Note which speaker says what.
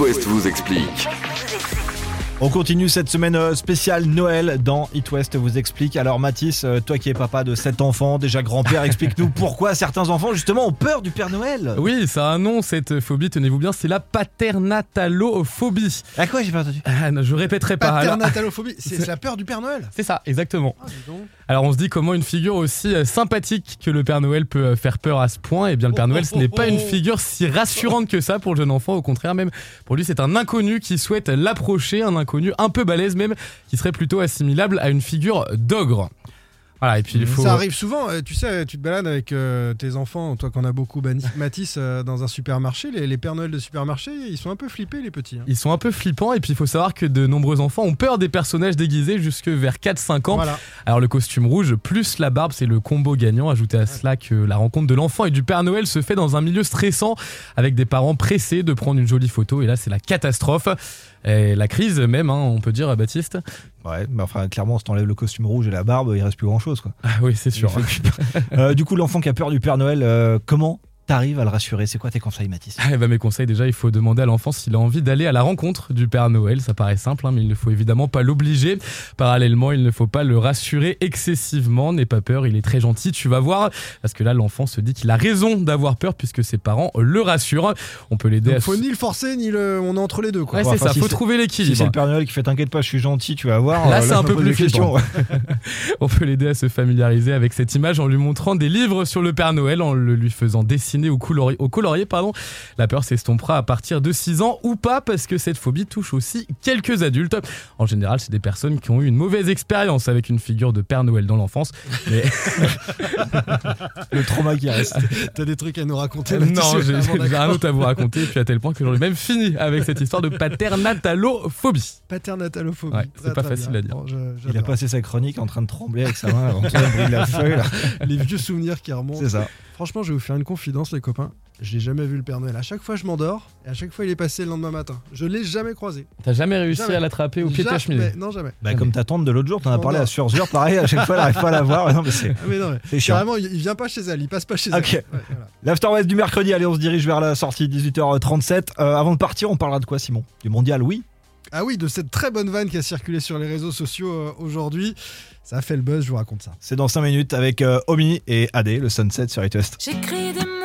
Speaker 1: West vous explique.
Speaker 2: On continue cette semaine euh, spéciale Noël dans It West vous explique. Alors Mathis, euh, toi qui es papa de 7 enfants, déjà grand-père, explique-nous pourquoi certains enfants justement ont peur du Père Noël.
Speaker 3: Euh, Oui, ça a un nom, cette phobie, tenez-vous bien, c'est la paternatalophobie.
Speaker 2: À quoi j'ai pas entendu
Speaker 3: Ah, non, je répéterai pas. alors.
Speaker 4: Paternatalophobie, c'est c'est la peur du Père Noël.
Speaker 3: C'est ça, exactement.
Speaker 4: Ah, dis donc.
Speaker 3: Alors on se dit comment une figure aussi euh, sympathique que le Père Noël peut euh, faire peur à ce point. Eh bien le Père
Speaker 4: Oh,
Speaker 3: Noël,
Speaker 4: oh,
Speaker 3: ce n'est
Speaker 4: oh,
Speaker 3: pas
Speaker 4: oh.
Speaker 3: une figure si rassurante que ça pour le jeune enfant. Au contraire, même pour lui, c'est un inconnu qui souhaite l'approcher, un inconnu un peu balèze même, qui serait plutôt assimilable à une figure d'ogre. Voilà, et puis il faut...
Speaker 4: Mmh, Ça arrive souvent, euh, tu sais, tu te balades avec euh, tes enfants, toi qu'on a beaucoup, Bani- Matisse, euh, dans un supermarché, les, les Pères Noël de supermarché, ils sont un peu flippés les petits. hein.
Speaker 3: Ils sont un peu flippants et puis il faut savoir que de nombreux enfants ont peur des personnages déguisés jusque vers 4-5 ans.
Speaker 4: Voilà.
Speaker 3: Alors le costume rouge plus la barbe, c'est le combo gagnant. Ajoutez à cela que la rencontre de l'enfant et du Père Noël se fait dans un milieu stressant avec des parents pressés de prendre une jolie photo et là c'est la catastrophe. Et la crise même, hein, on peut dire, euh, Baptiste.
Speaker 2: Ouais, mais enfin clairement, si t'enlèves le costume rouge et la barbe, il reste plus grand-chose quoi.
Speaker 3: Ah oui, c'est sûr.
Speaker 2: Euh, du coup, l'enfant qui a peur du Père Noël, euh, comment t'arrives à le rassurer C'est quoi tes conseils, Mathis
Speaker 3: Eh ben, mes conseils, déjà, il faut demander à l'enfant s'il a envie d'aller à la rencontre du Père Noël. Ça paraît simple, hein, mais il ne faut évidemment pas l'obliger. Parallèlement, il ne faut pas le rassurer excessivement. N'aie pas peur, il est très gentil, tu vas voir. Parce que là, l'enfant se dit qu'il a raison d'avoir peur puisque ses parents le rassurent. On peut l'aider
Speaker 4: Donc
Speaker 3: à
Speaker 4: faut
Speaker 3: se-
Speaker 4: ni le forcer, ni le. On est entre les deux, quoi.
Speaker 3: Ouais,
Speaker 2: Enfin,
Speaker 3: c'est ça,
Speaker 2: si
Speaker 3: faut
Speaker 2: c'est-
Speaker 3: trouver
Speaker 2: Si c'est
Speaker 3: l'équilibre.
Speaker 2: le Père Noël qui fait t'inquiète pas, je suis gentil, tu vas voir.
Speaker 3: Là,
Speaker 2: euh,
Speaker 3: c'est
Speaker 2: je
Speaker 3: un
Speaker 2: me
Speaker 3: peu
Speaker 2: pose
Speaker 3: plus
Speaker 2: des questions.
Speaker 3: On peut l'aider à se familiariser avec cette image en lui montrant des livres sur le Père Noël, en le lui faisant dessiner au, colori- au colorier. Pardon. La peur s'estompera à partir de 6 ans ou pas, parce que cette phobie touche aussi quelques adultes. En général, c'est des personnes qui ont eu une mauvaise expérience avec une figure de Père Noël dans l'enfance. Mais
Speaker 2: Le trauma qui
Speaker 3: Ah,
Speaker 2: reste.
Speaker 4: T'as des trucs à nous raconter. Matisse,
Speaker 3: non, j'ai
Speaker 4: vraiment,
Speaker 3: j'ai
Speaker 4: d'accord.
Speaker 3: un autre à vous raconter, et puis à tel point que j'en ai même fini avec cette histoire de paternatalophobie.
Speaker 4: Paternatalophobie.
Speaker 3: Ouais, c'est
Speaker 4: Très,
Speaker 3: pas
Speaker 4: très
Speaker 3: facile
Speaker 4: bien.
Speaker 3: à dire.
Speaker 4: Bon, je-
Speaker 2: Il a
Speaker 4: j'adore.
Speaker 2: passé sa chronique en train de trembler avec sa main, en train de brûler la feuille. là.
Speaker 4: Les vieux souvenirs qui remontent.
Speaker 2: C'est ça.
Speaker 4: Franchement, je vais vous faire une confidence, les copains. Je l'ai jamais vu le Père Noël. À chaque fois, je m'endors et à chaque fois, il est passé le lendemain matin. Je l'ai jamais croisé.
Speaker 3: T'as jamais réussi
Speaker 4: Jamais.
Speaker 3: à l'attraper au pied de ta
Speaker 4: Jamais.
Speaker 3: cheminée
Speaker 4: Non, jamais.
Speaker 2: Bah, comme ta tante de l'autre jour, t'en as
Speaker 4: Non,
Speaker 2: parlé
Speaker 4: Oh, non.
Speaker 2: à Surzur, pareil, à chaque fois, elle n'arrive pas à la voir. Non, mais c'est
Speaker 4: Ah, mais non, mais-
Speaker 2: c'est chiant.
Speaker 4: Carrément, il il vient pas chez elle, il passe pas chez
Speaker 2: Ok.
Speaker 4: elle. Ouais, voilà.
Speaker 2: L'After West du mercredi, allez, on se dirige vers la sortie 18h37. Euh, avant de partir, on parlera de quoi, Simon Du mondial, oui
Speaker 4: Ah oui, de cette très bonne vanne qui a circulé sur les réseaux sociaux euh, aujourd'hui. Ça a fait le buzz, je vous raconte ça.
Speaker 2: C'est dans 5 minutes avec euh, Omi et AD, le Sunset sur It West.
Speaker 5: J'écris